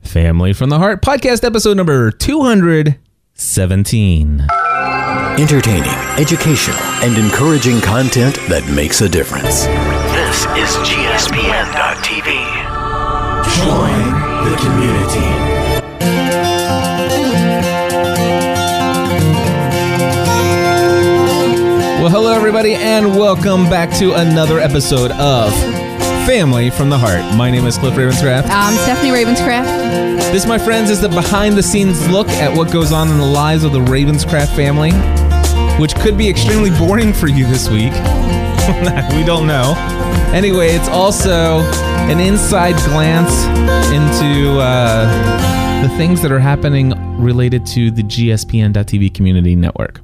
Family from the Heart podcast episode number 217. Entertaining, educational, and encouraging content that makes a difference. This is GSPN.TV. Join the community. Well, hello, everybody, and welcome back to another episode of Family from the Heart. My name is Cliff Ravenscraft. Um, Stephanie Ravenscraft. This, my friends, is the behind the scenes look at what goes on in the lives of the Ravenscraft family, which could be extremely boring for you this week. we don't know. Anyway, it's also an inside glance into uh, the things that are happening related to the GSPN.TV community network.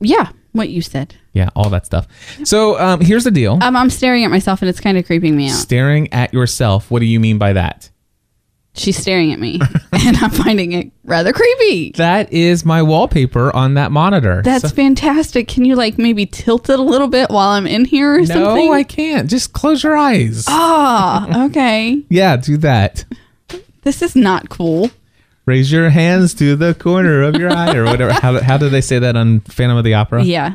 Yeah, what you said. Yeah, all that stuff. So um, here's the deal Um, I'm staring at myself and it's kind of creeping me out. staring at yourself, what do you mean by that? She's staring at me and I'm finding it rather creepy. That is my wallpaper on that monitor. That's So- fantastic. Can you like maybe tilt it a little bit while I'm in here or something? No, I can't. Just close your eyes. ah, okay. Yeah, do that. This is not cool. Raise your hands to the corner of your eye or whatever. How, how did they say that on Phantom of the Opera? Yeah,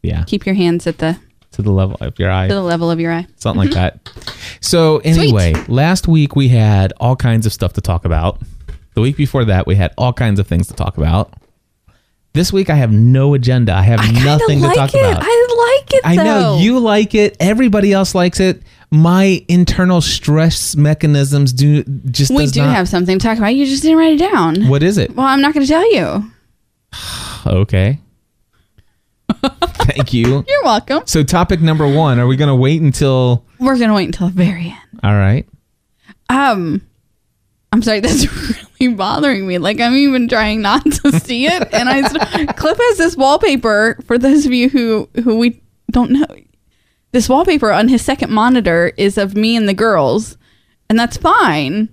Yeah, keep your hands at the to the level of your eye. to the level of your eye. something like that. So anyway, last week we had all kinds of stuff to talk about. The week before that we had all kinds of things to talk about. This week I have no agenda. I have kinda nothing like to talk it. about. I like it. I know though. you like it. Everybody else likes it. My internal stress mechanisms do just We does do not- have something to talk about. You just didn't write it down. What is it? Well, I'm not going to tell you. Okay. Thank you. You're welcome. So topic number 1, are we going to wait until We're going to wait until the very end. All right. Um, I'm sorry, that's really bothering me. Like I'm even trying not to see it, and I Cliff has this wallpaper for those of you who who we don't know. This wallpaper on his second monitor is of me and the girls, and that's fine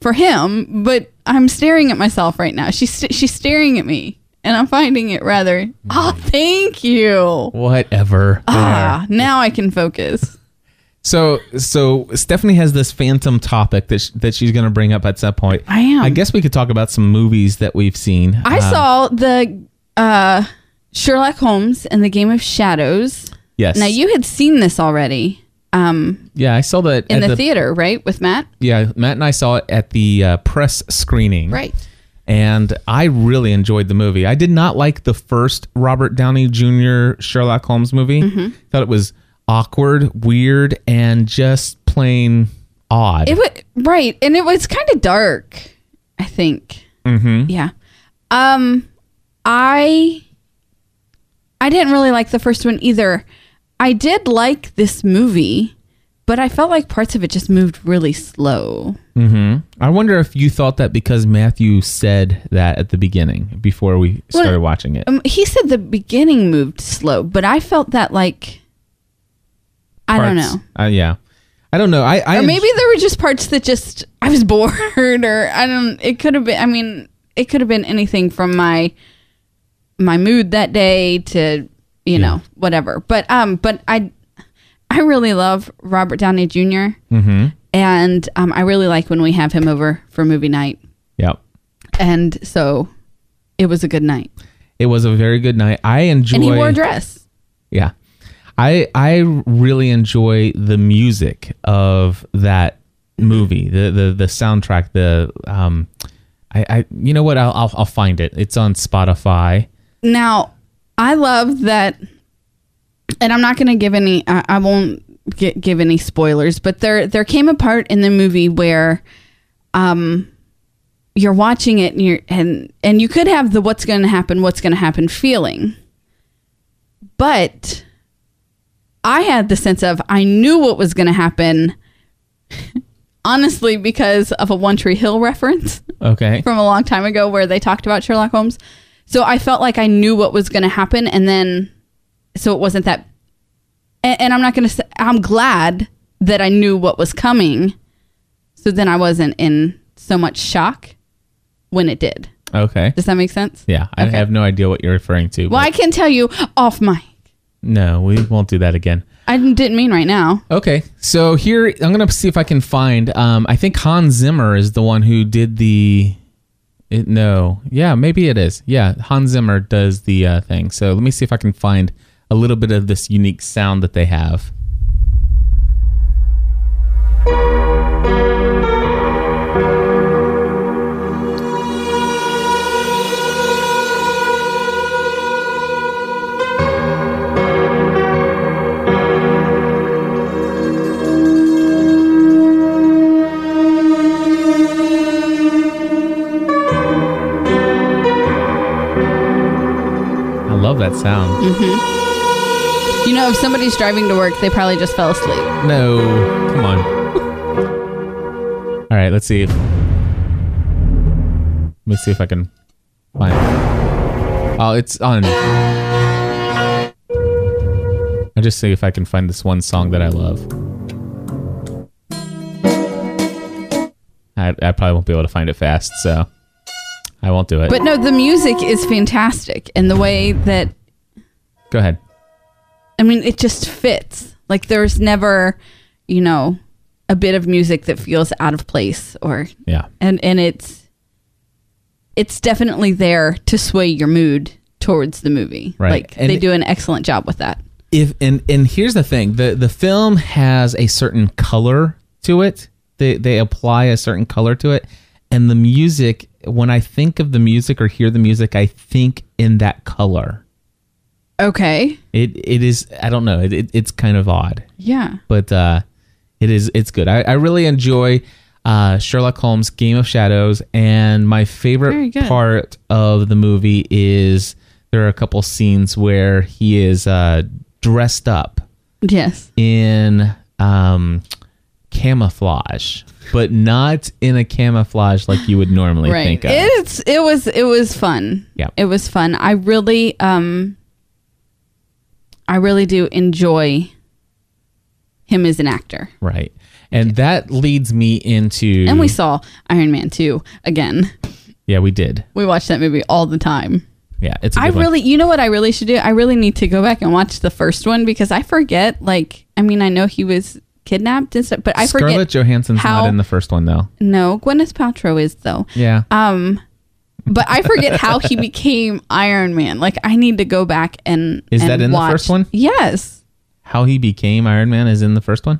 for him. But I'm staring at myself right now. She's st- she's staring at me, and I'm finding it rather. Oh, thank you. Whatever. Ah, now I can focus. So so Stephanie has this phantom topic that sh- that she's going to bring up at some point. I am. I guess we could talk about some movies that we've seen. I Um, saw the uh, Sherlock Holmes and the Game of Shadows. Yes. Now you had seen this already um, Yeah, I saw that in at the, theater, right, with Matt? Yeah, Matt and I saw it at the uh, press screening. Right. and I really enjoyed the movie. I did not like the first Robert Downey Jr. Sherlock Holmes movie. Mm-hmm. Thought it was awkward, weird, and just plain odd. It wa right, and it was kind of dark. I think. Mm-hmm. Yeah. Um, I I didn't really like the first one either. I did like this movie, but I felt like parts of it just moved really slow. Mm-hmm. I wonder if you thought that because Matthew said that at the beginning before we started watching it. Um, he said the beginning moved slow, but I felt that like I don't Parts- know. Uh, yeah, I don't know. I, I Or maybe there were just parts that just I was bored or I don't it could have been I mean, it could have been anything from my my mood that day to you know, whatever. But um but I I really love Robert Downey junior And um, I really like when we have him over for movie night. Yep. And so it was a good night. It was a very good night. I enjoyed. And he wore a dress. Yeah. I I really enjoy the music of that movie. The the the soundtrack, the um I, I you know what? I'll, I'll I'll find it. It's on Spotify. Now, I love that, and I'm not going to give any. I, I won't gi- give any spoilers, but there there came a part in the movie where, um, you're watching it and you're and and you could have the what's going to happen, what's going to happen feeling, but I had the sense of I knew what was going to happen. Honestly, because of a One Tree Hill reference Okay. from a long time ago where they talked about Sherlock Holmes. So I felt like I knew what was going to happen, and then so it wasn't that. And, and I'm not going to. say I'm glad that I knew what was coming, so then I wasn't in so much shock when it did. Okay. Does that make sense? Yeah, I Okay. have no idea what you're referring to. Well, but I can tell you off mic. No, we won't do that again. I didn't didn't mean right now. Okay, so here I'm gonna see if I can find. Um, I think Hans Zimmer is the one who did the. It, no, yeah, maybe it is. Yeah, Hans Zimmer does the uh, thing. So let me see if I can find a little bit of this unique sound that they have. I love that sound. You know, if somebody's driving to work, they probably just fell asleep. No, come on. All right, let's see. if- Let me see if I can find. Oh, it's on. I just see if I can find this one song that I love. I, I probably won't be able to find it fast, so I won't do it. But no, the music is fantastic, and the way that Go ahead. I mean, it just fits. Like there's never, you know, a bit of music that feels out of place or Yeah. and and it's it's definitely there to sway your mood towards the movie. Right. Like And- they do an excellent job with that. if and and here's the thing the the film has a certain color to it they they apply a certain color to it and the music when i think of the music or hear the music i think in that color Okay. it it is i don't know it, it, it's kind of odd Yeah. but uh it is it's good i, I really enjoy uh, Sherlock Holmes, Game of Shadows, and my Very favorite good. part of the movie is there are a couple scenes where he is uh, dressed up Yes. in um, camouflage, but not in a camouflage like you would normally Right. think of. It's it was it was fun. Yeah. It was fun. I really um I really do enjoy him as an actor. right. And that leads me into. And we saw Iron Man 2 again. Yeah, we did. We watch that movie all the time. Yeah, it's. A I good one. really, you know what I really should do? I really need to go back and watch the first one because I forget. Like, I mean, I know he was kidnapped and stuff, but I forget. Scarlett Johansson's how- not in the first one though. No, Gwyneth Paltrow is though. Yeah. Um, but I forget how he became Iron Man. Like, I need to go back and Is and that in the watch- first one? Yes, How he became Iron Man is in the first one.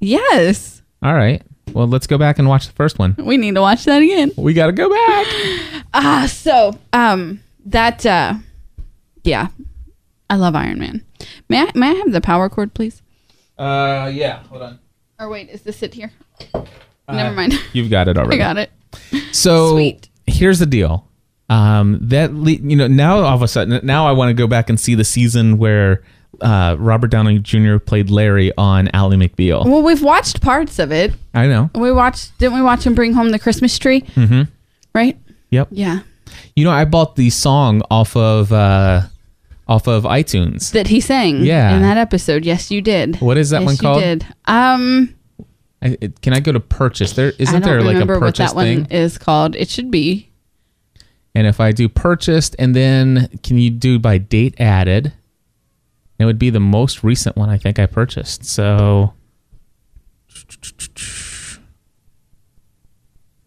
yes. All right. Well, let's go back and watch the first one. We need to watch that again. We got to go back. Ah, so um, that uh, yeah, I love Iron Man. May I may I have the power cord, please? Uh, yeah. Hold on. Or wait, is this it here? Uh, Never mind. You've got it I already. got it. So Sweet. here's the deal. Um, that le- you know now all of a sudden now I want to go back and see the season where uh, Robert Downey Jr. played Larry on Ally McBeal. Well, we've watched parts of it. I know. We watched, didn't we watch him bring home the Christmas tree? Mm-hmm. Right? Yep. Yeah. You know I bought the song off of uh, off of iTunes. That he sang. Yeah. In that episode. Yes, you did. What is that Yes, one called? You did. Um, I, it, can I go to purchase? There I isn't don't there like a remember what purchase that thing. one is called. It should be. And if I do purchased, and then can you do by date added? It would be the most recent one I think I purchased. So,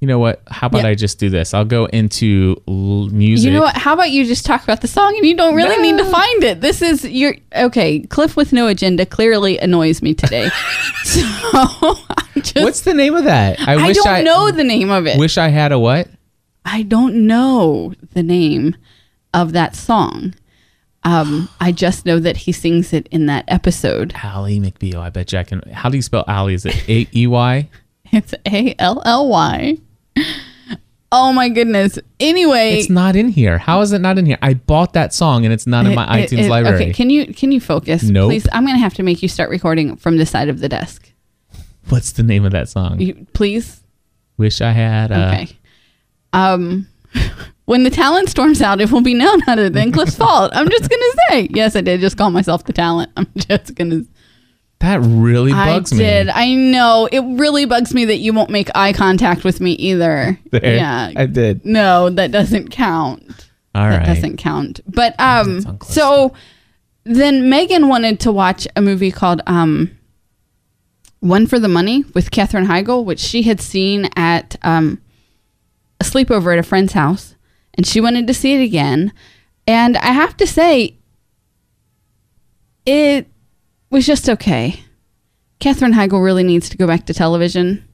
you know what? How about Yeah. I just do this? I'll go into l- music. You know what? How about you just talk about the song and you don't really need to find it? This is your. Okay. Cliff with no agenda clearly annoys me today. so I'm just. What's the name of that? I, I wish don't I know the name of it. wish I had a what? I don't know the name of that song. Um, I just know that he sings it in that episode. Allie McBeal. I bet you I can. How do you spell Allie? Is it A E Y? It's A L L Y. Oh my goodness. Anyway, It's not in here. How is it not in here? I bought that song and it's not in my it- iTunes it- library. Okay, can you can you focus? Nope. Please, I'm gonna have to make you start recording from the side of the desk. What's the name of that song? You, please. Wish I had. Uh, Okay. Um, when the talent storms out, it will be none other than Cliff's fault. I'm just gonna say. Yes, I did just call myself the talent. I'm just gonna That really bugs I me. did. I know. It really bugs me that you won't make eye contact with me either. There. Yeah. I did. no, that doesn't count. All that right. doesn't count. But um on close so then Megan wanted to watch a movie called um, One for the Money with Katherine Heigl, which she had seen at um, a sleepover at a friend's house, and she wanted to see it again. And I have to say, it was just okay. Katherine Heigl really needs to go back to television.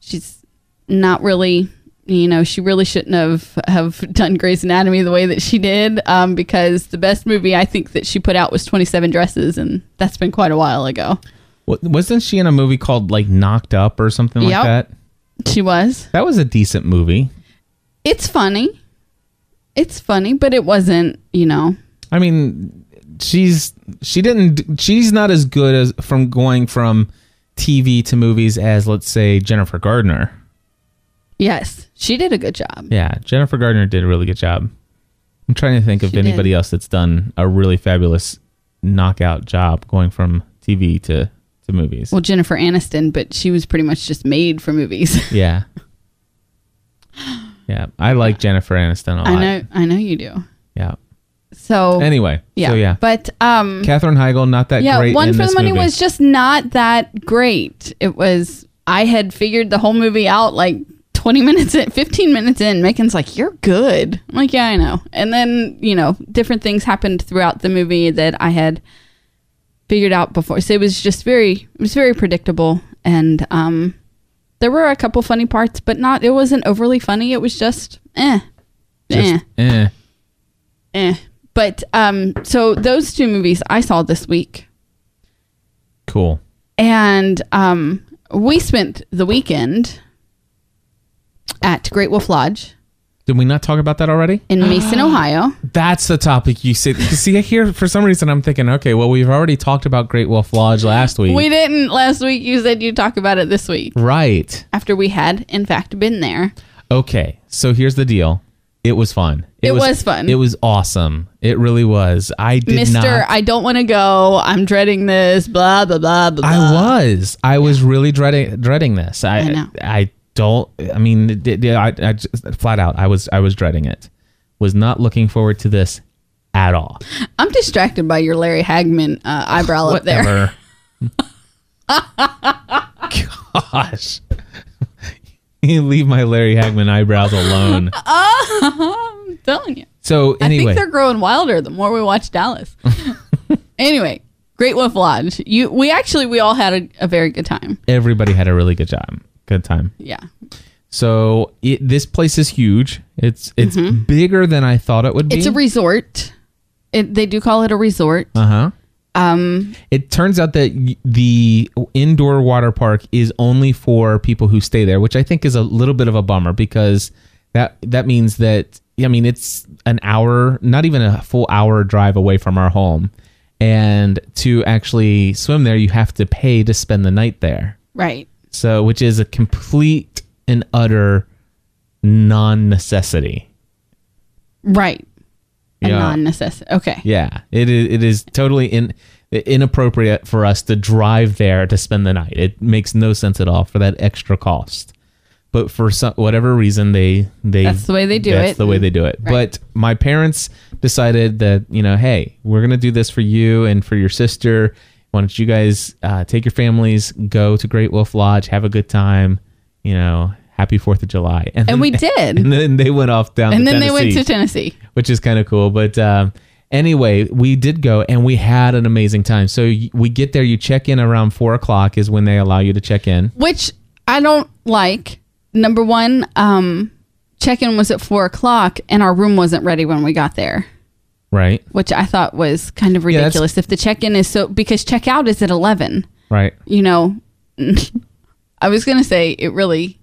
She's not really, you know, she really shouldn't have have done Grey's Anatomy the way that she did, um, because the best movie I think that she put out was Twenty Seven Dresses, and that's been quite a while ago. Wa- Wasn't she in a movie called like Knocked Up or something Yep. like that? She was. That was a decent movie. It's funny. It's funny, but it wasn't, you know. I mean, she's she didn't she's not as good as from going from TV to movies as let's say Jennifer Gardner. Yes, she did a good job. Yeah, Jennifer Gardner did a really good job. I'm trying to think of She did. anybody else that's done a really fabulous knockout job going from TV to to movies. Well, Jennifer Aniston, but she was pretty much just made for movies. yeah. Yeah, I like Jennifer Aniston a lot. I know, I know you do. Yeah. So Anyway, yeah, so yeah. but um, Katherine Heigl, not that yeah, great. one in for the this money movie. was just not that great. It was I had figured the whole movie out like twenty minutes in, fifteen minutes in. Megan's like, "You're good." I'm like, "Yeah, I know." And then you know, different things happened throughout the movie that I had figured out before. So it was just very, it was very predictable, and um, there were a couple funny parts, but not. It wasn't overly funny. It was just eh, eh Just, eh. eh. But um, so those two movies I saw this week, Cool. and um, we spent the weekend at Great Wolf Lodge Did we not talk about that already? in Mason, Ohio. That's the topic you said. Because see, here for some reason I'm thinking, okay, well we've already talked about Great Wolf Lodge last week, We didn't last week. You said you'd talk about it this week right? after we had, in fact, been there. Okay, so here's the deal. It was fun. It was fun. It was awesome. It really was. I did Mister, not. I don't want to go. I'm dreading this. Blah blah blah blah. I blah. was. I was really dreading dreading this. I I know. I don't. I mean, it- it- I, I just, flat out. I was. I was dreading it. Was not looking forward to this at all. I'm distracted by your Larry Hagman uh, eyebrow up there. Whatever. Gosh. You leave my Larry Hagman eyebrows alone. I'm telling you. So I anyway, think they're growing wilder the more we watch Dallas. anyway, Great Wolf Lodge. You, we actually, we all had a, a very good time. everybody had a really good job. Good time. Yeah, So it, this place is huge. It's it's bigger than I thought it would be. Mm-hmm. it's a resort. It, they do call it a resort. uh huh. Um, it turns out that y- the indoor water park is only for people who stay there, which I think is a little bit of a bummer because that that means that I mean it's an hour, not even a full hour drive away from our home, and to actually swim there, you have to pay to spend the night there. right. So, which is a complete and utter non necessity. Right. A Yeah. non necessity. Okay. Yeah, it is. It is totally in, inappropriate for us to drive there to spend the night. It makes no sense at all for that extra cost. But for some whatever reason, they they That's the way they do that's it. the way they do it. Right. But my parents decided that you know, hey, we're gonna do this for you and for your sister. Why don't you guys uh, take your families, go to Great Wolf Lodge, have a good time, you know, happy Fourth of July, And we then- did. And then they went off down. and to then they went Tennessee to Tennessee. which is kind of cool. But um, anyway, we did go and we had an amazing time. So y- we get there, you check in around four o'clock is when they allow you to check in. which I don't like. Number one, um, check in was at four o'clock, and our room wasn't ready when we got there, Right. which I thought was kind of that's- ridiculous. if the check in is so, because check out is at eleven, Right. you know, I was gonna say it really.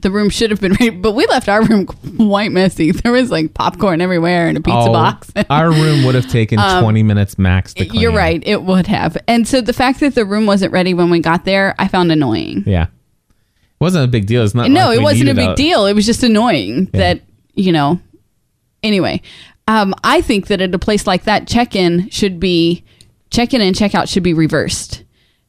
The room should have been ready, but we left our room quite messy. There was like popcorn everywhere and a pizza Oh, box. Um, our room would have taken 20 minutes max to clean. You're right; it would have. And so the fact that the room wasn't ready when we got there, I found annoying. Yeah. It wasn't a big deal. It's not. no, like it we wasn't a needed big deal. It was just annoying that you know. Anyway, um, I think that at a place like that, check-in should be check-in and check-out should be reversed,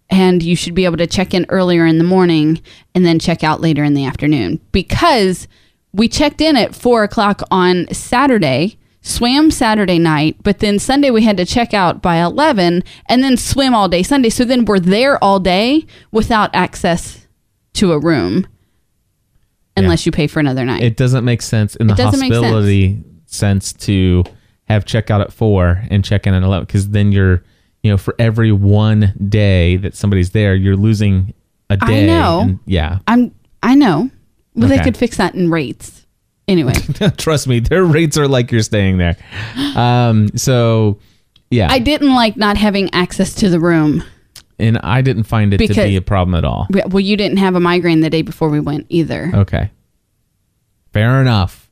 and you should be able to check in earlier in the morning and then check out later in the afternoon because we checked in at four o'clock on Saturday. swam Saturday night, but then Sunday we had to check out by 11 and then swim all day Sunday. So then we're there all day without access to a room unless you pay for another night. It doesn't make sense in the doesn't make sense. hospitality sense to have checkout at four and check in at eleven because then you're, you know, for every one day that somebody's there, you're losing a I day. know. and- yeah, I'm I know. But they Okay. could fix that in rates. Anyway, trust me, their rates are like you're staying there. Um, so yeah, I didn't like not having access to the room. and I didn't find it to Because- be a problem at all. Well, you didn't have a migraine the day before we went either. Okay. Fair enough.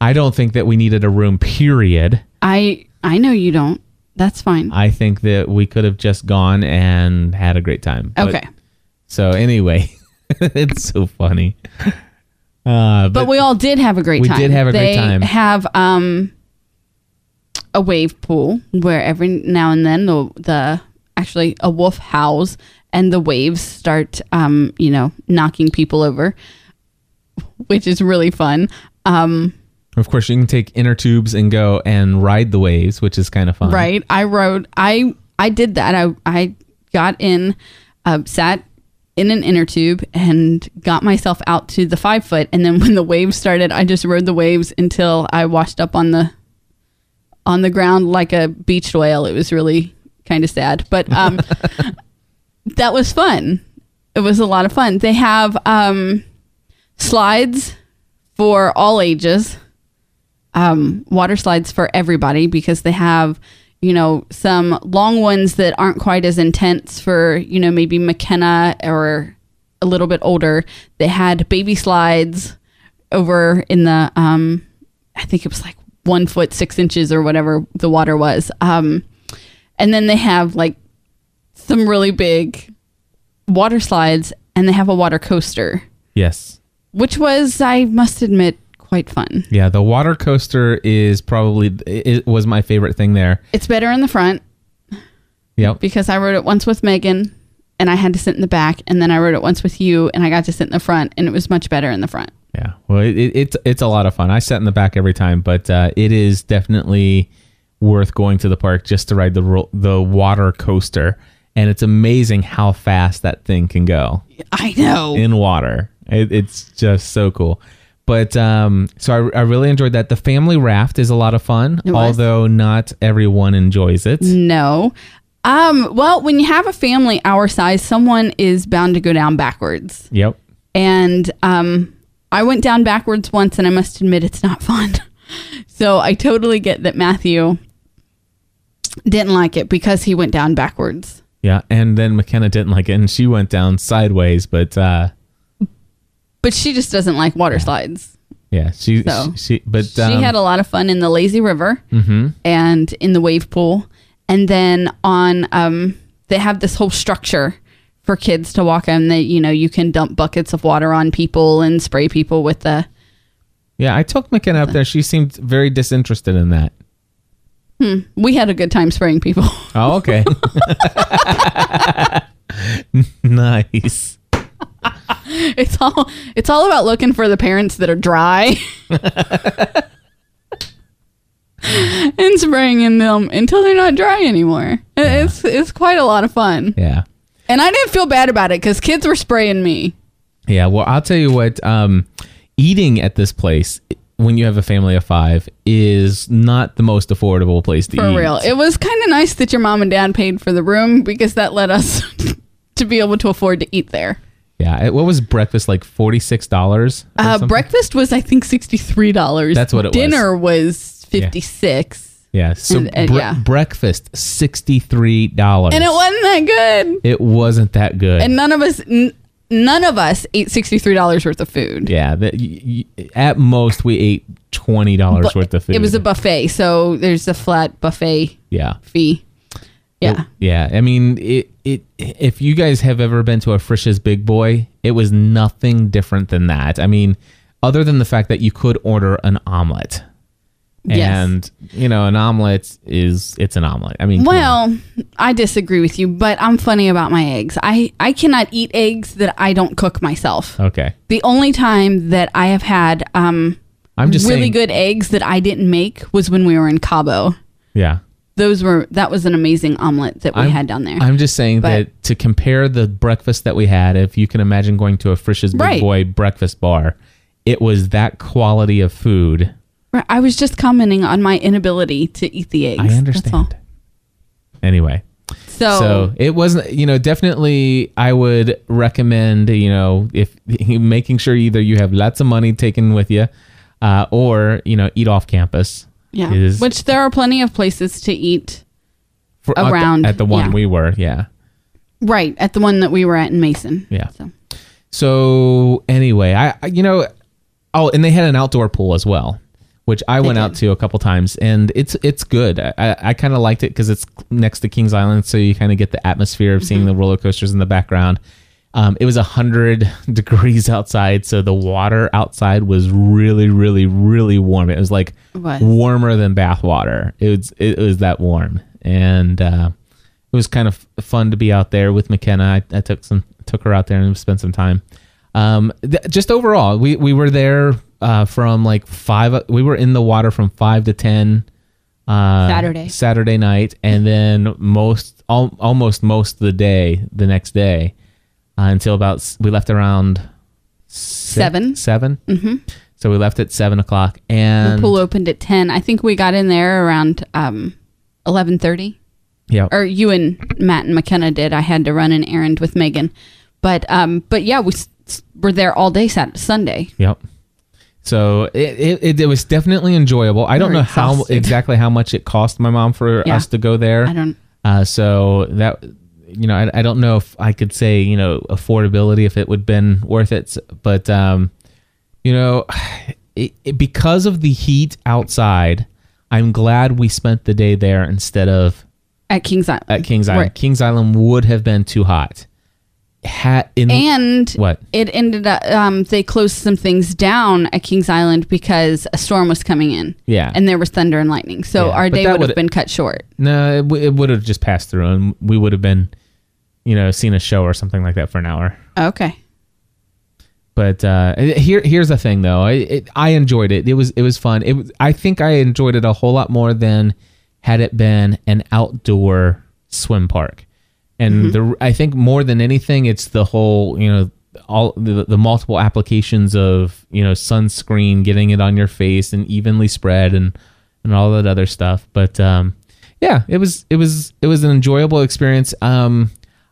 I don't think that we needed a room, period. I I know you don't. That's fine. I think that we could have just gone and had a great time. But- okay. So anyway, it's so funny. Uh, But, but, we all did have a great We time. did have a great They time. have um a wave pool where every now and then the the actually a wolf howls and the waves start um you know knocking people over, which is really fun. Um of course, you can take inner tubes and go and ride the waves, which is kind of fun. right i rode i i did that i i got in uh, sat in an inner tube and got myself out to the five foot and then when the waves started i just rode the waves until i washed up on the on the ground like a beached whale it was really kind of sad but um that was fun it was a lot of fun they have um slides for all ages um, water slides for everybody because they have, you know, some long ones that aren't quite as intense for, you know, maybe McKenna or a little bit older. They had baby slides over in the, um, I think it was like one foot, six inches or whatever the water was. Um, and then they have like some really big water slides and they have a water coaster, Yes. which was, I must admit, quite fun. Yeah. The water coaster is probably it was my favorite thing there. It's better in the front. Yep. because I rode it once with Megan and I had to sit in the back, and then I rode it once with you and I got to sit in the front, and it was much better in the front. Yeah. Well, it, it, it's it's a lot of fun. I sat in the back every time, but uh, it is definitely worth going to the park just to ride the ro- the water coaster, and it's amazing how fast that thing can go. I know. in water. It, it's just so cool. But um, so I, I really enjoyed that. The family raft is a lot of fun, It was. Mm. although not everyone enjoys it. no. Um, well, when you have a family our size, someone is bound to go down backwards. Yep. And um, I went down backwards once, and I must admit it's not fun. so I totally get that Matthew didn't like it because he went down backwards. Yeah. And then McKenna didn't like it, and she went down sideways. But uh, But she just doesn't like water slides. yeah, she So, she, she but um, she had a lot of fun in the lazy river and in the wave pool and then on um, they have this whole structure for kids to walk on that you know you can dump buckets of water on people and spray people with the yeah, I took McKenna up there. She seemed very disinterested in that. we had a good time spraying people Oh, okay. nice. it's all it's all about looking for the parents that are dry and spraying in them until they're not dry anymore it's it's quite a lot of fun Yeah. and i didn't feel bad about it because kids were spraying me Yeah, well, I'll tell you what. Um, eating at this place when you have a family of five is not the most affordable place to For eat. real. It was kind of nice that your mom and dad paid for the room because that let us to be able to afford to eat there. yeah. It, what was breakfast like? Forty six dollars. Uh, breakfast was, I think, $63. That's what it was. Dinner was. 56 Yeah. So and- and- bre- yeah. breakfast sixty three dollars. And it wasn't that good. It wasn't that good. And none of us n- none of us ate $63 worth of food. yeah. That, y- y- at most we ate twenty dollars But worth of food. It was a buffet, so there's a flat buffet yeah. fee. Yeah. Yeah, I mean, it, it. If you guys have ever been to a Frisch's Big Boy, it was nothing different than that. I mean, other than the fact that you could order an omelet, Yes. and you know, an omelet is it's an omelet. I mean, come on. Well, I disagree with you, but I'm funny about my eggs. I I cannot eat eggs that I don't cook myself. okay, The only time that I have had um, I'm just really saying- good eggs that I didn't make was when we were in Cabo. Yeah. Those were that was an amazing omelet that we had down there. I'm just saying But- that to compare the breakfast that we had, if you can imagine going to a Frisch's Big Right. Boy breakfast bar, it was that quality of food. Right, I was just commenting on my inability to eat the eggs. I that's all. Oh. understand. Anyway, So, so it wasn't, you know, definitely I would recommend, you know, if making sure either you have lots of money taken with you uh, or, you know, eat off campus. yeah, is- which there are plenty of places to eat. for, at the- around, at the, one yeah. we were. Yeah. Right at the one that we were at in Mason. Yeah. So So anyway, I, I you know, oh, and they had an outdoor pool as well, which I went out did. to a couple times, and it's it's good. I I, I kind of liked it because it's next to Kings Island, so you kind of get the atmosphere of Mm-hmm. seeing the roller coasters in the background. Um, it was hundred degrees outside, so the water outside was really, really, really warm. It was like It was. warmer than bath water. It was it was that warm, and uh, it was kind of fun to be out there with McKenna. I, I took some took her out there and spent some time. Um, th- just overall, we we were there uh, from like five. uh, We were in the water from five to ten uh, Saturday. Saturday night, and then most al- almost most of the day the next day uh, until about s- we left around six- Seven. seven. Mm-hmm. So we left at seven o'clock, and the pool opened at ten. I think we got in there around um, eleven thirty. yeah, or you and Matt and McKenna did. I had to run an errand with Megan, but um, but yeah, we s- s- were there all day Saturday, Sunday. Yep. So it, it, it, it was definitely enjoyable. I don't We're know how exhausted. exactly how much it cost my mom for Yeah. us to go there. I don't- Uh, so that you know, I, I don't know if I could say you know affordability if it would been worth it, s- but um, you know, it, it, because of the heat outside, I'm glad we spent the day there instead of At King's Island. at Kings Island. Right. Kings Island would have been too hot. Hat in And What? it ended up, um, they closed some things down at Kings Island because a storm was coming in. Yeah. and there was thunder and lightning, so Yeah, our but day that would would- have been cut short. No, it, w- it would have just passed through, and we would have been, you know, seen a show or something like that for an hour. Okay, But uh, here, here's the thing, though. I, it, I enjoyed it. It was, it was fun. It, was- I think I enjoyed it a whole lot more than had it been an outdoor swim park. And the, I think more than anything, it's the whole, you know, all the, the multiple applications of you know sunscreen, getting it on your face, and evenly spread, and and all that other stuff. But um, yeah, it was, it was, it was an enjoyable experience. Um,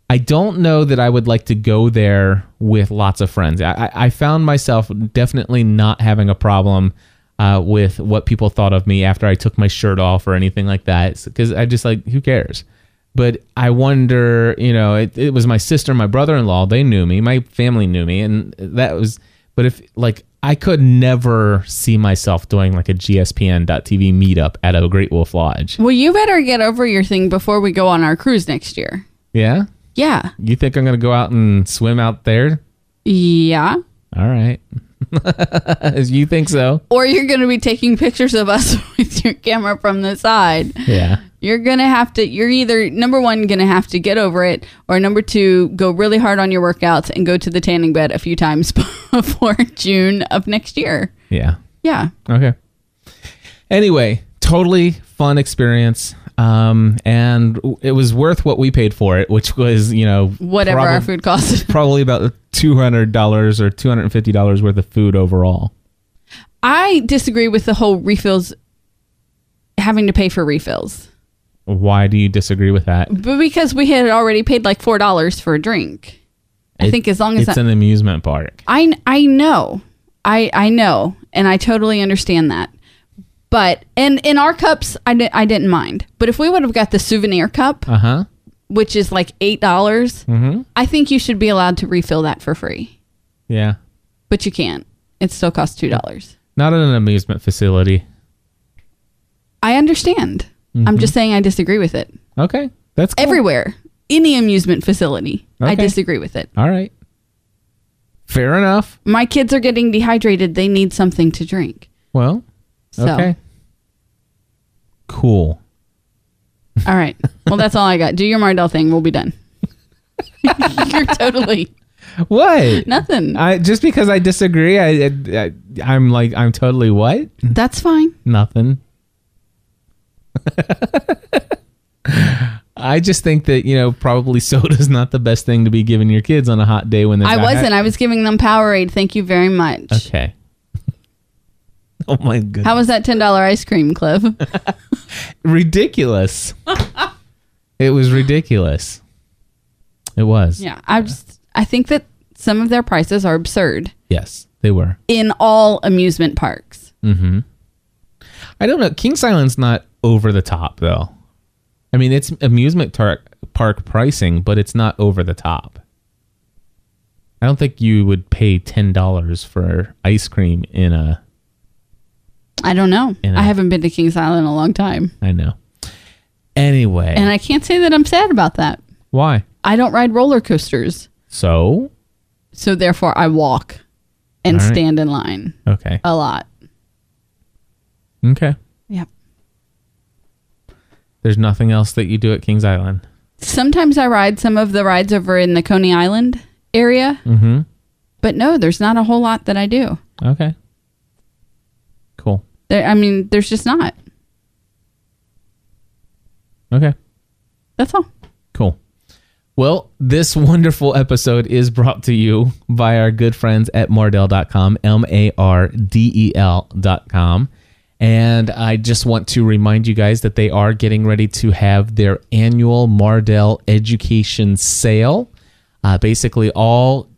I don't know that I would like to go there with lots of friends. I, I- I found myself definitely not having a problem uh, with what people thought of me after I took my shirt off or anything like that, because I just like who cares. But I wonder, you know, it, it was my sister, my brother-in-law. They knew me, my family knew me, and that was. But if like I could never see myself doing like a GSPN.TV meetup at a Great Wolf Lodge. well, you better get over your thing before we go on our cruise next year. Yeah, Yeah, you think I'm gonna go out and swim out there? yeah. All right. If you think so. Or you're going to be taking pictures of us with your camera from the side. Yeah. You're going to have to, you're either number one, going to have to get over it, or number two, go really hard on your workouts and go to the tanning bed a few times before June of next year. Yeah. Yeah. Okay. Anyway, totally fun experience. Um, and w- it was worth what we paid for it, which was, you know, Whatever our probab- food costs. Probably about $200 or $250 worth of food overall. I disagree with the whole refills, having to pay for refills, Why do you disagree with that? but because we had already paid like $4 for a drink. I It- think as long as It's that- an amusement park. I I know. I I know and I totally understand that. But and in our cups I di- I didn't mind. But if we would have got the souvenir cup, Uh huh. which is like $8, dollars Mm-hmm. I think you should be allowed to refill that for free. Yeah. But you can't. It still costs $2. Not at an amusement facility. I understand. I'm Mm-hmm. just saying I disagree with it. Okay. That's cool. Everywhere, any amusement facility, I Okay. disagree with it. All right. Fair enough. My kids are getting dehydrated. They need something to drink. Well, So, Okay. Cool. All right. Well, that's all I got. Do your Mardell thing. We'll be done. You're totally What? nothing. I just because I disagree, I, I, I I'm like, I'm totally what? That's fine. Nothing. I just think that you know probably soda's not the best thing to be giving your kids on a hot day when they're. I not- wasn't. I was giving them Powerade. Thank you very much. okay. oh my goodness! How was that ten dollar ice cream, Cliff? ridiculous. it was ridiculous. It was. yeah, I just I think that some of their prices are absurd Yes, they were. in all amusement parks. I don't know. King's Island's not over the top though. I mean, it's amusement tar- park pricing, but it's not over the top. I don't think you would pay ten dollars for ice cream in a. I don't know. You know. I haven't been to Kings Island in a long time, I know. Anyway, and I can't say that I'm sad about that. why? I don't ride roller coasters, So so therefore I walk and All right. stand in line okay, a lot. okay. Yep. There's nothing else that you do at King's Island. Sometimes I ride some of the rides over in the Coney Island area, Mm-hmm. but no, there's not a whole lot that I do. Okay. Cool. There, I mean, there's just not. Okay. That's all. Cool. Well, this wonderful episode is brought to you by our good friends at Mardell.com, M A R D E L.com. And I just want to remind you guys that they are getting ready to have their annual Mardell Education Sale. Uh, basically, all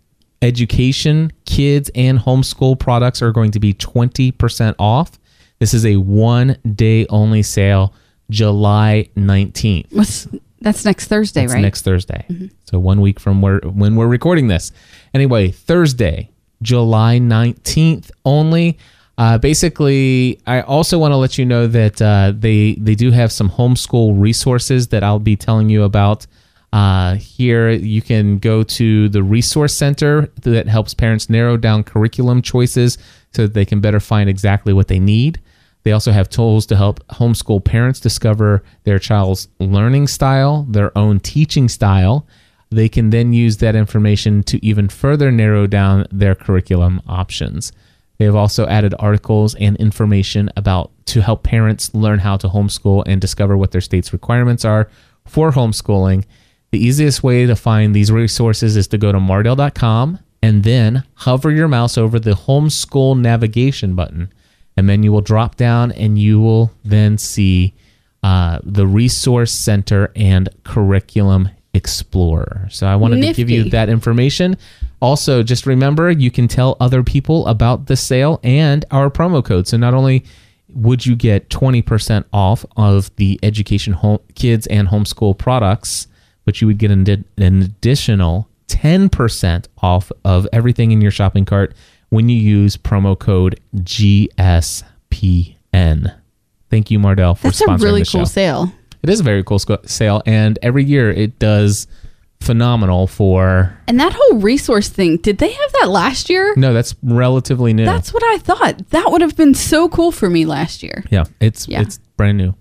education, kids, and homeschool products are going to be 20% off. This is a one day only sale, July 19th. What's that's next Thursday, It's right? Mm-hmm. next Thursday. So one week from where when we're recording this. Anyway, Thursday, July nineteenth only. Uh, basically, I also want to let you know that uh, they they do have some homeschool resources that I'll be telling you about. Uh, here, you can go to the resource center that helps parents narrow down curriculum choices so that they can better find exactly what they need. They also have tools to help homeschool parents discover their child's learning style, their own teaching style. They can then use that information to even further narrow down their curriculum options. They have also added articles and information about to help parents learn how to homeschool and discover what their state's requirements are for homeschooling. The easiest way to find these resources is to go to mardell.com and then hover your mouse over the homeschool navigation button and then you will drop down and you will then see uh, the resource center and curriculum explorer so i wanted to give you Nifty. that information also just remember you can tell other people about the sale and our promo code so not only would you get 20% off of the education home, kids and homeschool products but you would get an, di- an additional 10% off of everything in your shopping cart when you use promo code GSPN. Thank you, Mardell, for That's a sponsoring really the show. cool sale. It is a very cool sco- sale, and every year it does phenomenal for. And that whole resource thing, did they have that last year? No, that's relatively new. That's what I thought. That would have been so cool for me last year. yeah, it's Yeah. it's brand new.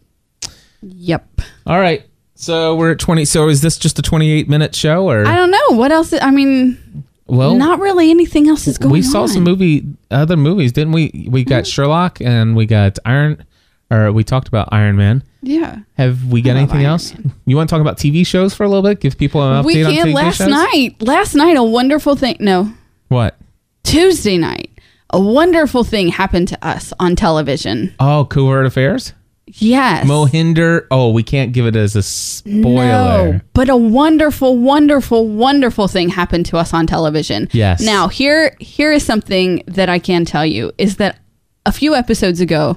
Yep. All right, so we're at twenty. So is this just a twenty-eight minute show, or I don't know what else. I mean, well, not really anything else is going on. Mm-hmm. we saw some movie other movies didn't we we got sherlock and we got iron or we talked about iron man Yeah. have we got love anything Iron else you want to talk about tv shows for a little bit give people an update We on can't. tv Last shows night, last night, a wonderful thing. No, what Tuesday night, a wonderful thing happened to us on television. oh covert affairs Yes. mohinder oh we can't give it as a spoiler No, but a wonderful, wonderful, wonderful thing happened to us on television. Yes. Now here, here is something that I can tell you is that a few episodes ago,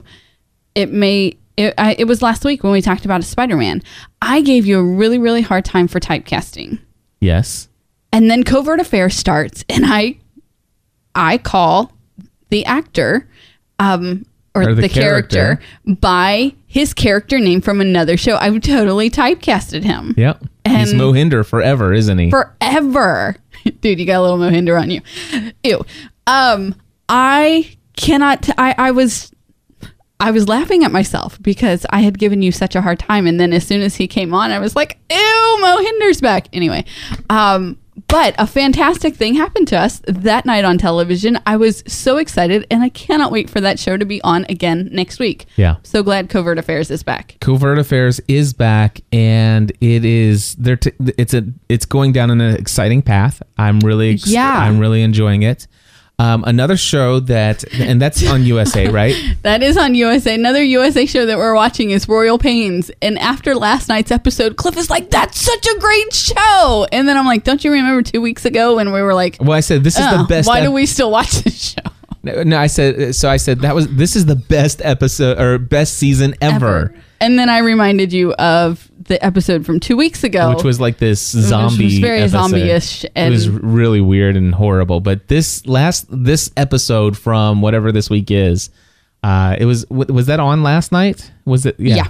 it may it, I, it was last week when we talked about Spider-Man. I gave you a really, really hard time for typecasting, yes and then Covert Affairs starts, and I, I call the actor, um, or, Or the the, character. by his character name from another show. I totally typecasted him yep he's And- mohinder forever isn't he forever. Dude, you got a little Mohinder on you. Ew. Um, I cannot I I was I was laughing at myself because I had given you such a hard time and then as soon as he came on I was like, "Ew, Mohinder's back." Anyway, um But a fantastic thing happened to us that night on television. I was so excited, and I cannot wait for that show to be on again next week. Yeah. So glad Covert Affairs is back. Covert Affairs is back, and it is there. T- it's a it's going down an exciting path. I'm really ex- Yeah. I'm really enjoying it. Um, another show that and that's on USA, right? That is on USA. Another USA show that we're watching is Royal Pains. And after last night's episode, Cliff is like, "That's such a great show." And then I'm like, "Don't you remember two weeks ago when we were like, Well, I said this is "Oh, the best. why ep- do we still watch this show?" No, no, I said so. I said that was this is the best episode or best season ever, And then I reminded you of the episode from two weeks ago, which was like this zombie. Mm-hmm. very episode. zombie-ish it and- was really weird and horrible. But this last this episode from whatever this week is, uh, it was w- was that on last night? Was it? Yeah. Yeah.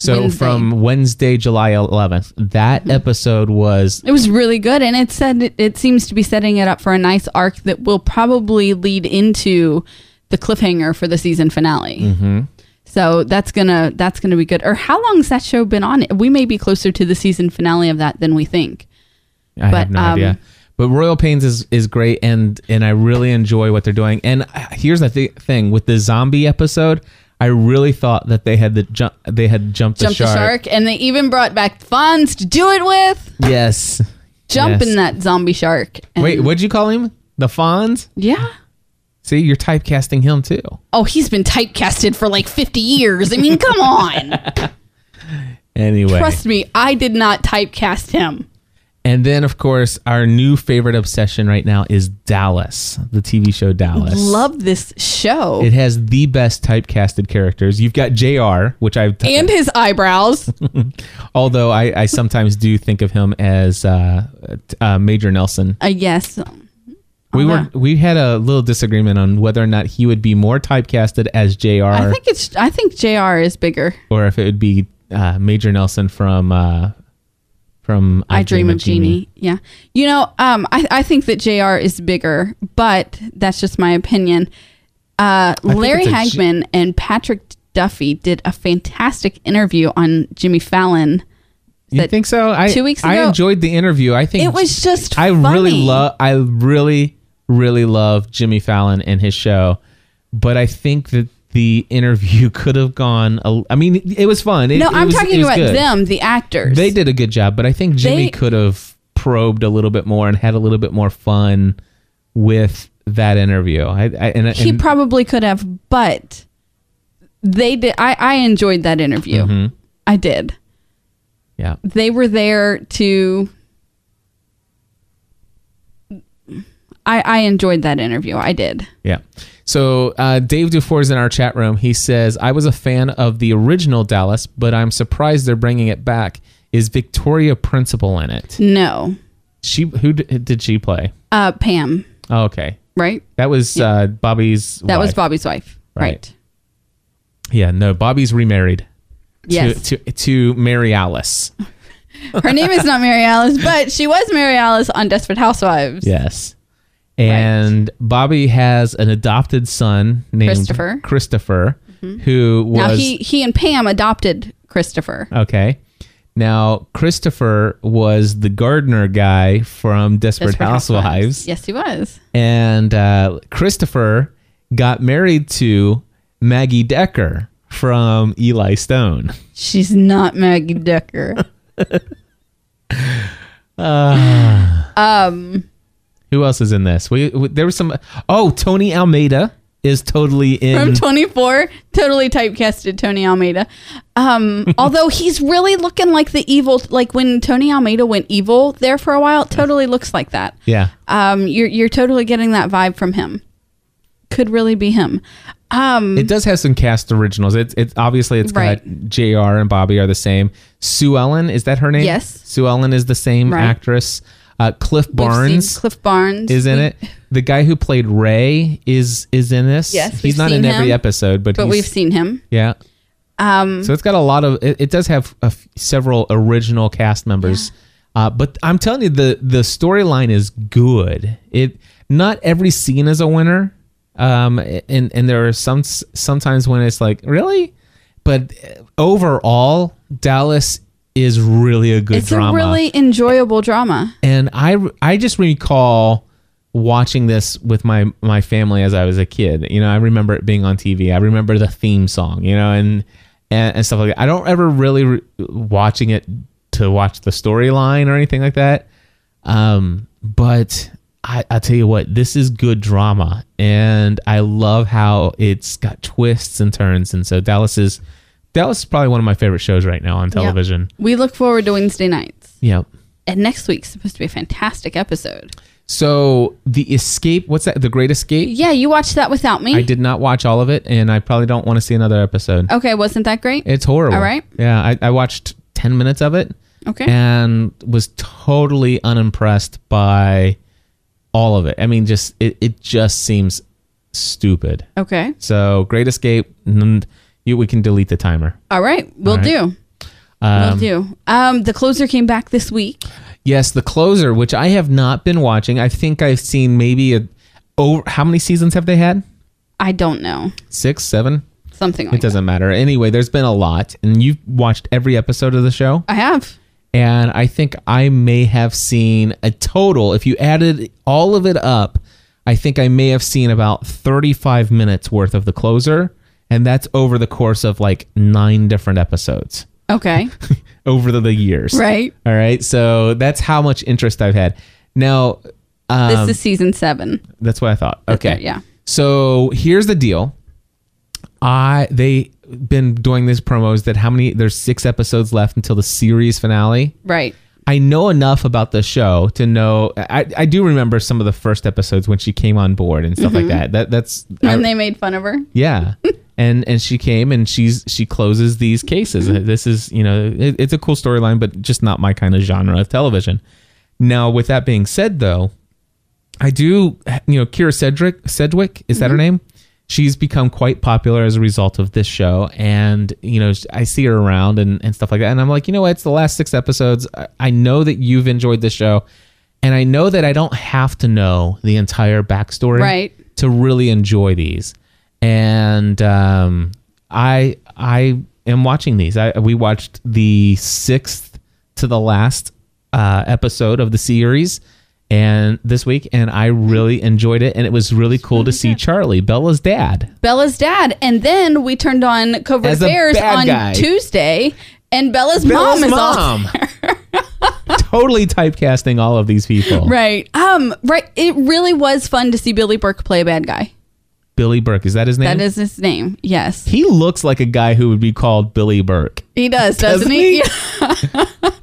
So Wednesday. Mm-hmm. from Wednesday, July 11th, that episode was It was really good, and it said it, it seems to be setting it up for a nice arc that will probably lead into the cliffhanger for the season finale. Mm-hmm. So that's gonna that's gonna be good. Or how long has that show been on? We may be closer to the season finale of that than we think. I have But, no um, idea. But Royal Pains is, is great, and and I really enjoy what they're doing. And I- here's the thi- thing with the zombie episode, I really thought that they had the jump they had jumped the Jump shark. the shark, and they even brought back Fonz to do it with. Yes. Jump Yes. in that zombie shark. And- Wait, what'd you call him? The Fonz? Yeah. See, you're typecasting him too. Oh, he's been typecasted for like 50 years. I mean, come on. Anyway, Trust me, I did not typecast him. and then of course our new favorite obsession right now is Dallas, the TV show Dallas. Love this show. It has the best typecasted characters. You've got Jr., which I've t- and his eyebrows. Although I, I sometimes do think of him as uh, t- uh, Major Nelson. Uh, yes. We Oh, were we had a little disagreement on whether or not he would be more typecasted as Jr. I think it's. I think Jr. is bigger. or if it would be uh, Major Nelson from uh, from I, dream, of Jeannie. Yeah. You know, um, I, I think that Jr. is bigger, but that's just my opinion. Uh, think Larry it's a G- Hagman and Patrick Duffy did a fantastic interview on Jimmy Fallon. You that think so? I two weeks I ago- enjoyed the interview. I think It was just I really funny. love. I really really love Jimmy Fallon and his show, but I think that the interview could have gone. a- I mean, it was fun. It- No, it I'm was- it talking was about good. them, the actors. They did a good job, but I think Jimmy They- could have probed a little bit more and had a little bit more fun with that interview. I, I and, He and- probably could have, but they did. I, I enjoyed that interview. Mm-hmm. I did. yeah. they were there to I, I enjoyed that interview. I did. Yeah. So uh, Dave Dufour is in our chat room. He says, "I was a fan of the original Dallas, but I'm surprised they're bringing it back. Is Victoria Principal in it? No. She who d- did she play? Uh Pam, Oh, okay, right? that was uh, Bobby's. That was wife. Bobby's wife. Right. Right. Yeah, no, Bobby's remarried. to- Yes. To, to Mary Alice. Her name is not Mary Alice, but she was Mary Alice on Desperate Housewives. Yes. And Bobby has an adopted son named Christopher. Mm-hmm. Christopher, who was now he he and Pam adopted Christopher. Okay. Now, Christopher was the gardener guy from Desperate, Housewives, Yes, he was. and uh, Christopher got married to Maggie Decker from Eli Stone. She's not Maggie Decker. um Who else is in this? We, we- there was some. Oh, Tony Almeida is totally from in. 24 totally typecasted tony almeida um although he's really looking like the evil like when tony almeida went evil there for a while totally looks like that yeah, um you're you're totally getting that vibe from him could really be him um it does have some cast originals. It's it's obviously it's got Right. Jr. and Bobby are the same. Sue Ellen is that her name? Yes. Sue Ellen is the same Right. actress. Uh, Cliff we've seen Barnes. cliff barnes is in We- it. The guy who played Ray is is in this. Yes, he's we've not in seen every him, episode, but but he's, we've seen him Yeah, um so it's got a lot of. It, it does have a f- several original cast members, uh, but I'm telling you, the the storyline is good. It not every scene is a winner, um, and and there are some s- sometimes when it's like really, but overall uh, Dallas is really a good it's drama. a really enjoyable drama. and I I just recall watching this with my my family as I was a kid. You know, I remember it being on TV. I remember the theme song. You know, and and, and stuff like that. I don't ever really re- watching it to watch the storyline or anything like that. Um, but I, I tell you what, this is good drama, and I love how it's got twists and turns. And so Dallas is Dallas is probably one of my favorite shows right now on television. We look forward to Wednesday nights. Yep. And next week's supposed to be a fantastic episode. So the escape, what's that? The Great Escape. Yeah, you watched that without me. I did not watch all of it, and I probably don't want to see another episode. Okay, wasn't that great? It's horrible. Oh. All right. Yeah, I, I watched ten minutes of it okay. and was totally unimpressed by all of it. I mean, just it, it just seems stupid. okay. So Great Escape, and you, we can delete the timer. All right. We'll right. do. Um, we'll do. Um, the closer came back this week. yes, the closer, which I have not been watching. I think I've seen maybe a over. How many seasons have they had? I don't know. Six, seven. Something like It doesn't matter. Anyway, there's been a lot, and you've watched every episode of the show. that. I have. And I think I may have seen a total, if you added all of it up, I think I may have seen about 35 minutes worth of the closer. And that's over the course of like nine different episodes Okay. over the, the years. Right. All right. So that's how much interest I've had. Now, This Um, is season seven. that's what I thought. Okay, Okay. yeah. So here's the deal. I they been doing these promos that how many there's six episodes left until the series finale. Right. I know enough about the show to know I, I do remember some of the first episodes when she came on board and stuff like that. That that's I- Mm-hmm. and they made fun of her. yeah. and and she came and she's she closes these cases. This is, you know, it, it's a cool storyline but just not my kind of genre of television. Now, with that being said though, I do, you know, Kira Cedric Sedgwick, is that her name? She's become quite popular as a result of this show and, you know, I see her around and and stuff like that and I'm like, "You know what? It's the last 6 episodes. I- I know that you've enjoyed this show." And I know that I don't have to know the entire backstory Right. to really enjoy these. And um, I I am watching these. I we watched the sixth to the last uh, episode of the series and this week and I really enjoyed it and it was really cool to see Charlie, Bella's dad. Bella's dad. And then we turned on Covert As a Affairs bad on guy. Tuesday, and Bella's, Bella's mom is mom. all totally typecasting all of these people. right. Um, right. It really was fun to see Billy Burke play a bad guy. Billy Burke, is that his name? That is his name. Yes. he looks like a guy who would be called Billy Burke. He does, doesn't, Doesn't he? he?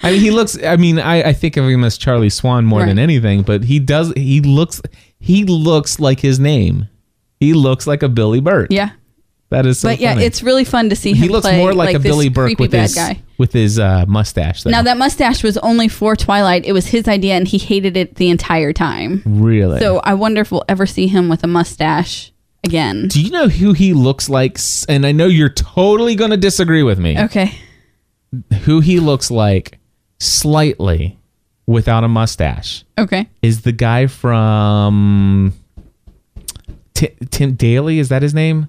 I mean, he looks. I mean, I, I think of him as Charlie Swan more than Right. anything, but he does. He looks. He looks like his name. He looks like a Billy Burke. yeah. that is. So But yeah, funny. it's really fun to see him. he looks play, more like, a this Billy Burke creepy with bad his guy. with his uh, mustache. Though. Now that mustache was only for Twilight. It was his idea, and he hated it the entire time. really. So I wonder if we'll ever see him with a mustache again. do you know who he looks like? S- And I know you're totally going to disagree with me. Okay. Who he looks like, slightly, without a mustache, Okay. is the guy from Ti- Tim Daly. Is that his name?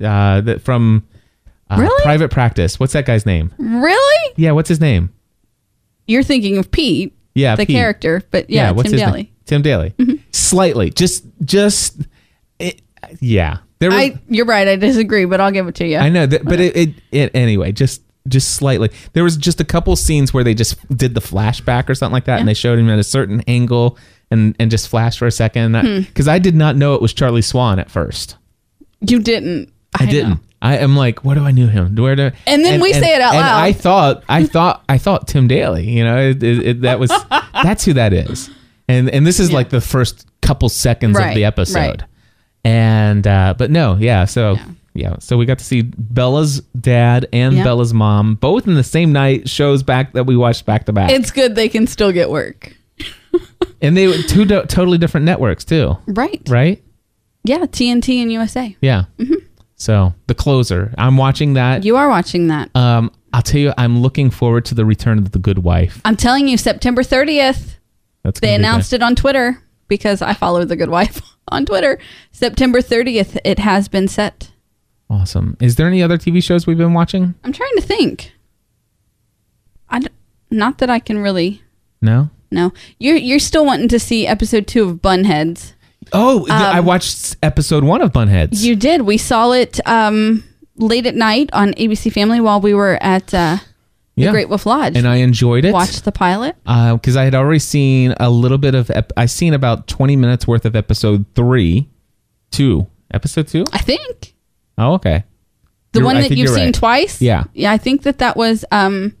Uh, that from uh, Really? Private Practice. What's that guy's name? Really? Yeah, what's his name? You're thinking of Pete, Yeah, the Pete. character, but yeah, what's Tim his Daly. Mm-hmm. name? Tim Daly. Slightly, just, just, it, yeah. There was, I you're right. I disagree, but I'll give it to you. I know, that, but it, it, it, anyway, just, just slightly. There was just a couple scenes where they just did the flashback or something like that, and they showed him at a certain angle and and just flashed for a Hmm. second. Because I did not know it was Charlie Swan at first. You didn't. I, know. didn't. I am like, what do I knew him? Where do? And then we say it out and loud. I thought, I thought, I thought Tim Daly. You know, it, it, it- that was that's who that is. And and this is like the first couple seconds of Right, the right. episode. And uh, but no, yeah. So yeah. so we got to see Bella's dad and Yeah. Bella's mom both in the same night. Shows back that we watched back to back, It's good they can still get work. and they were two do- totally different networks too, Right. right? Yeah, TNT and USA. Yeah. Mm-hmm. So the closer, I'm watching that. You are watching that. Um, I'll tell you, I'm looking forward to the return of the Good Wife. I'm telling you, September 30th. That's They announced it on Twitter because I follow The Good Wife on Twitter. September 30th, it has been set. Awesome. Is there any other TV shows we've been watching? I'm trying to think. I, d- Not that I can really. No. No, you're you're still wanting to see episode two of Bunheads. Oh, th- I watched episode one of Bunheads. Um, You did. We saw it um, late at night on ABC Family while we were at uh, the Yeah. Great Wolf Lodge. and I enjoyed it. watched the pilot. because I had already seen a little bit of. Ep- I seen about twenty minutes worth of episode three, two episode two. I think Oh, okay. the You're- one I that think you've you're seen right. twice. Yeah. yeah. I think that that was. Um,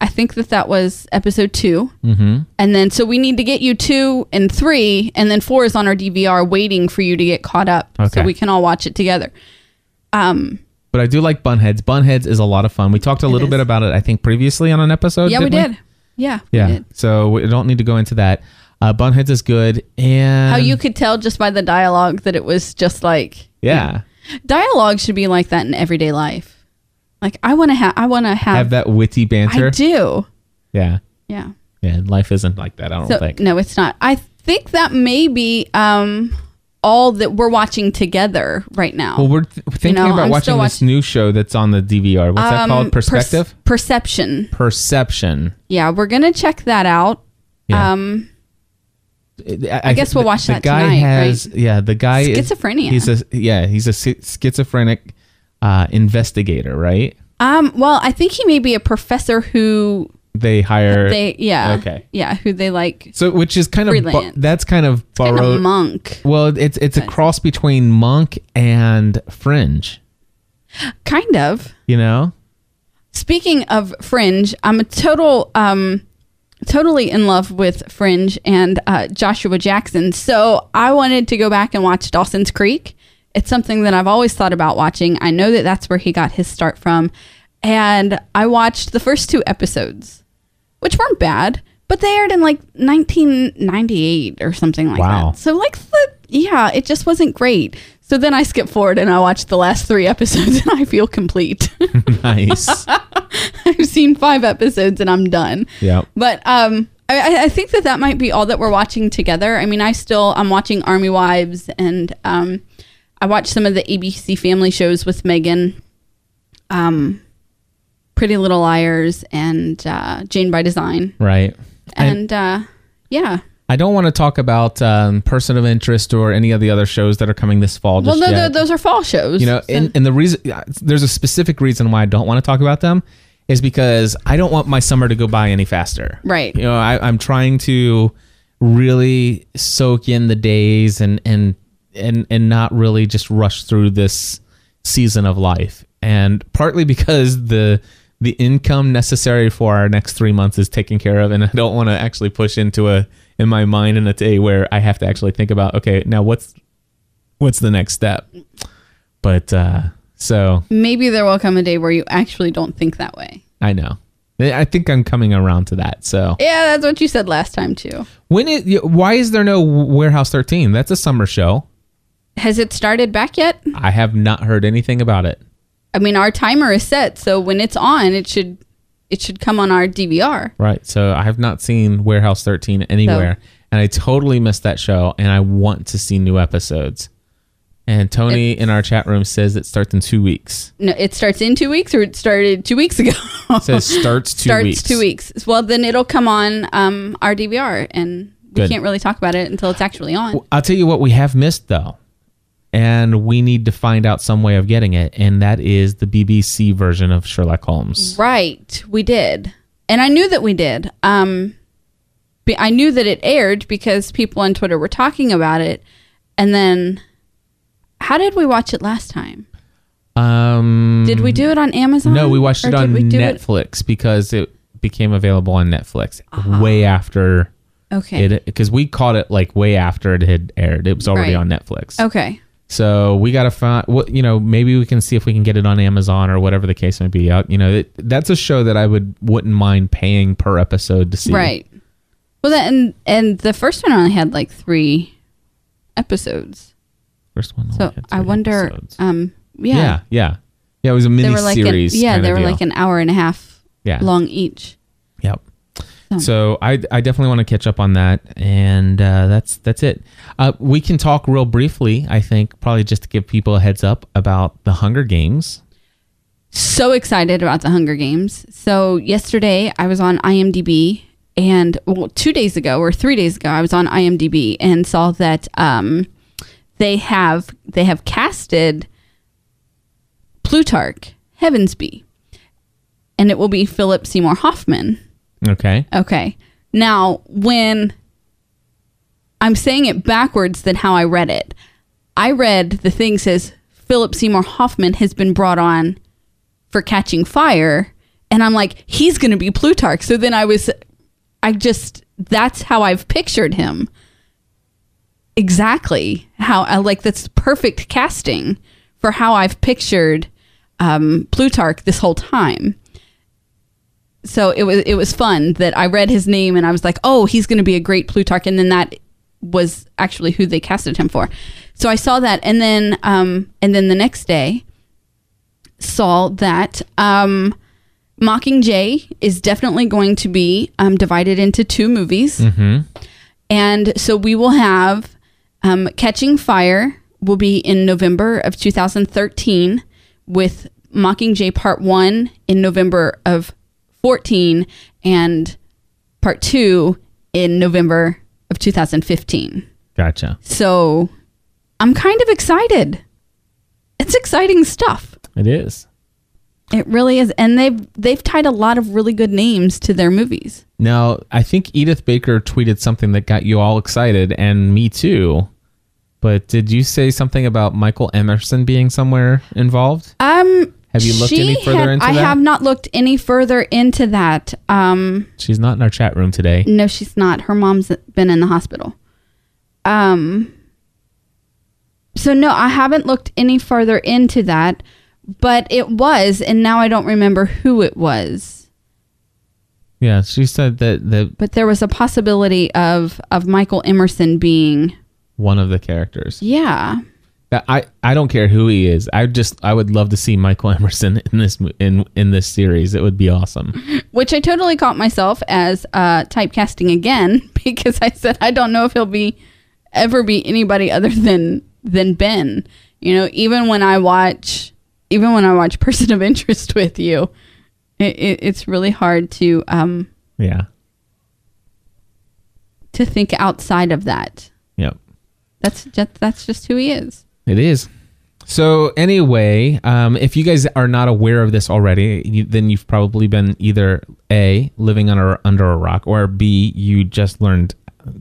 I think that that was episode 2 mm-hmm. and then so we need to get you two and three, and then four is on our DVR waiting for you to get caught up, Okay. so we can all watch it together. But I do like Bunheads. Bunheads is a lot of fun. We talked a little is. bit about it, I think, previously on an episode. yeah, we didn't did. Yeah, we Oh, Yeah. did. So we don't need to go into that. Uh, Bunheads is good. And How you could tell just by the dialogue that it was just like yeah, dialogue should be like that in everyday life. Like I want to have, I want to have, have that witty banter. I do. Yeah. Yeah. Yeah. Life isn't like that. I don't So think. no, it's not. I think that may be um, all that we're watching together right now. Well, we're th- thinking know, about I'm watching still this watch- new show that's on the DVR. What's that Um, called? perce- Perspective? perception. Perception. Yeah, we're gonna check that out. Yeah. Um, I, guess we'll watch the that guy tonight, Has, Yeah, the guy is- Schizophrenia. He's a yeah, he's a schi- schizophrenic uh, investigator, right? um, well, I think he may be a professor who They hire they, yeah, Er, Okay. yeah, who they like, so which is kind of bu- Freelance. that's kind of kind borrowed. of monk, well, it's it's a cross between monk and fringe, kind of. you know. Speaking of Fringe, I'm a total, um, totally in love with Fringe and uh, Joshua Jackson. So I wanted to go back and watch Dawson's Creek. It's something that I've always thought about watching. I know that that's where he got his start from. And I watched the first two episodes, which weren't bad, but they aired in like 1998 or something like Wow. that. So, like, the, yeah, it just wasn't great. So then I skipped forward and I watched the last three episodes and I feel complete. Nice. I've seen five episodes and I'm done. yeah. But um, I, I- I think that that might be all that we're watching together. I mean, I still I'm watching Army Wives and um, I watched some of the ABC Family shows with Megan, um, Pretty Little Liars and uh, Jane by Design, Right. And and uh, yeah. I don't want to talk about um, person of interest or any of the other shows that are coming this fall. Well, just no, yet. tho- those are fall shows. you know and, and the reason yeah, there's a specific reason why i don't want to talk about them is because i don't want my summer to go by any faster Right. you know I, i'm trying to really soak in the days and and and and not really just rush through this season of life and partly because the the income necessary for our next three months is taken care of and i don't want to actually push into a in my mind in a day where i have to actually think about okay now what's what's the next step but uh so maybe there will come a day where you actually don't think that way. i know i think i'm coming around to that so Yeah, that's what you said last time too. when it why is there no warehouse 13 that's a summer show Has it started back yet? i have not heard anything about it I mean, our timer is set, so when it's on, it should it should come on our DVR. right so i have not seen warehouse 13 anywhere and i totally missed that show and i want to see new episodes and tony in our chat room says it starts in two weeks No, it starts in two weeks, or it started two weeks ago. says starts two starts weeks two weeks. Well, then it'll come on um, our DVR, and we Good. can't really talk about it until it's actually on. I'll tell you what we have missed though, and we need to find out some way of getting it, and that is the BBC version of Sherlock Holmes. Right, we did, and I knew that we did. Um, be- I knew that it aired because people on Twitter were talking about it, and then how did we watch it last time? Um, Did we do it on Amazon? no, we watched Um, Or it did on we do it- Netflix because it became available on Netflix way after Ah. Okay. it because we caught it like way after it had aired. It was already Right. on Netflix. Okay. So we gotta find what you know. Maybe we can see if we can get it on Amazon or whatever the case may be. Uh, You know, it, that's a show that I would wouldn't mind paying per episode to see. Right. Well, that, and and the first one only had like three episodes, First one. so only Oh, had I three wonder. episodes. Um, yeah, yeah, yeah, yeah. It was a they mini were like series. an, yeah, kinda they were deal. like an hour and a half yeah, long each. Yep. Hmm. So I, I definitely want to catch up on that, and uh, that's that's it. Uh, we can talk real briefly, I think, probably just to give people a heads up about the Hunger Games. so excited about the Hunger Games. So yesterday I was on IMDb and well, two days ago or three days ago I was on IMDb and saw that um, they have they have casted Plutarch Heavensby, and it will be Philip Seymour Hoffman. Okay. Okay. Now, when I'm saying it backwards than how I read it, I read the thing says Philip Seymour Hoffman has been brought on for catching fire. And I'm like, he's going to be Plutarch. So then I was, I just, that's how I've pictured him. Exactly. How I like that's perfect casting for how I've pictured um, Plutarch this whole time so it was it was fun that I read his name and I was like, oh, he's going to be a great Plutarch, and then that was actually who they casted him for. So I saw that, and then um, and then the next day saw that um, Mockingjay is definitely going to be um, divided into two movies, and so we will have um, Catching Fire will be in November of 2013 with Mockingjay Part 1 in November of 14 and Part 2 in November of 2015. Gotcha. So I'm kind of excited. It's exciting stuff. It is. It really is and they've they've tied a lot of really good names to their movies. Now, I think Edith Baker tweeted something that got you all excited, and me too. But did you say something about Michael Emerson being somewhere involved? Um Have you looked she any further had- into I that? have not looked any further into that. Um She's not in our chat room today. No, she's not. Her mom's been in the hospital. Um. So no, I haven't looked any further into that, but it was, and now I don't remember who it was. Yeah, she said that the But there was a possibility of of Michael Emerson being, one of the characters. yeah, That- I I don't care who he is. I just I would love to see Michael Emerson in this mo- in in this series. It would be awesome. which I totally caught myself as uh, typecasting again because I said I don't know if he'll be ever be anybody other than than Ben. You know, even when I watch, even when I watch Person of Interest with you, it, it, it's really hard to um Yeah. to think outside of that. Yep. That's just that's just who he is. It is. So anyway, um, if you guys are not aware of this already, you, then you've probably been either a living under under a rock, or b you just learned,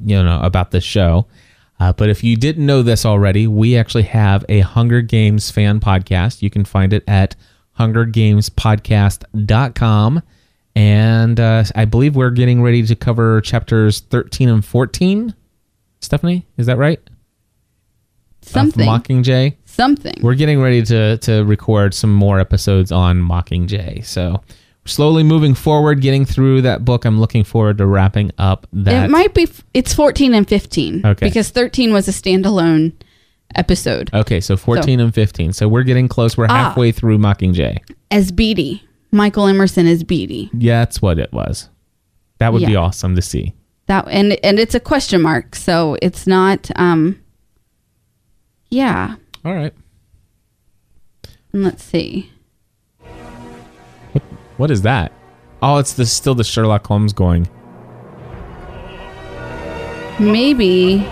you know, about this show. Uh, but if you didn't know this already, we actually have a Hunger Games fan podcast. You can find it at hungergamespodcast.com. And uh, I believe we're getting ready to cover chapters 13 and 14. Stephanie, is that right? Something, Of Mockingjay. something. We're getting ready to to record some more episodes on Mockingjay. So we're slowly moving forward, getting through that book. I'm looking forward to wrapping up that. It might be. f- It's fourteen and fifteen. Okay. Uh, Because thirteen was a standalone episode. okay, so 14 and 15. So we're getting close. Ah. We're halfway through Mockingjay. as Beatty. Michael Emerson as Beatty. Yeah, that's what it was. That would be Yeah. awesome to see. That and and it's a question mark, so it's not um yeah. All right. And let's see. What is that? Oh, it's the, still the Sherlock Holmes going. Maybe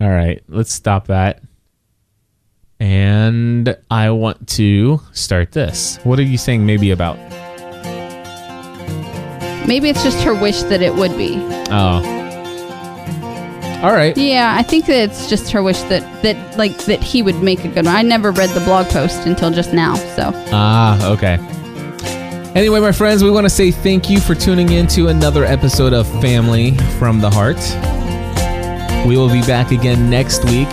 All right, let's stop that. And I want to start this. What are you saying maybe about? maybe it's just her wish that it would be. Oh. All right. Yeah, I think that it's just her wish that that like that he would make a good one. I never read the blog post until just now, so Ah, okay. Anyway, my friends, we want to say thank you for tuning in to another episode of Family from the Heart. We will be back again next week,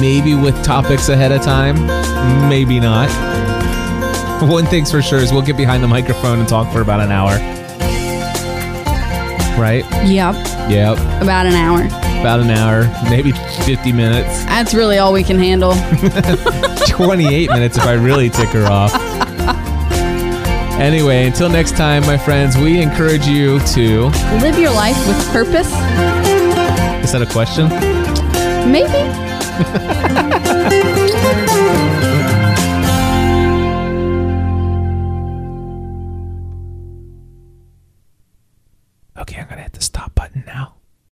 maybe with topics ahead of time, maybe not. One thing's for sure is we'll get behind the microphone and talk for about an hour. Right? yep, Yep. about an hour. About an hour, maybe 50 minutes. That's really all we can handle. 28 minutes if I really tick her off. Anyway, until next time, my friends, we encourage you to. Live your life with purpose, Is that a question? maybe.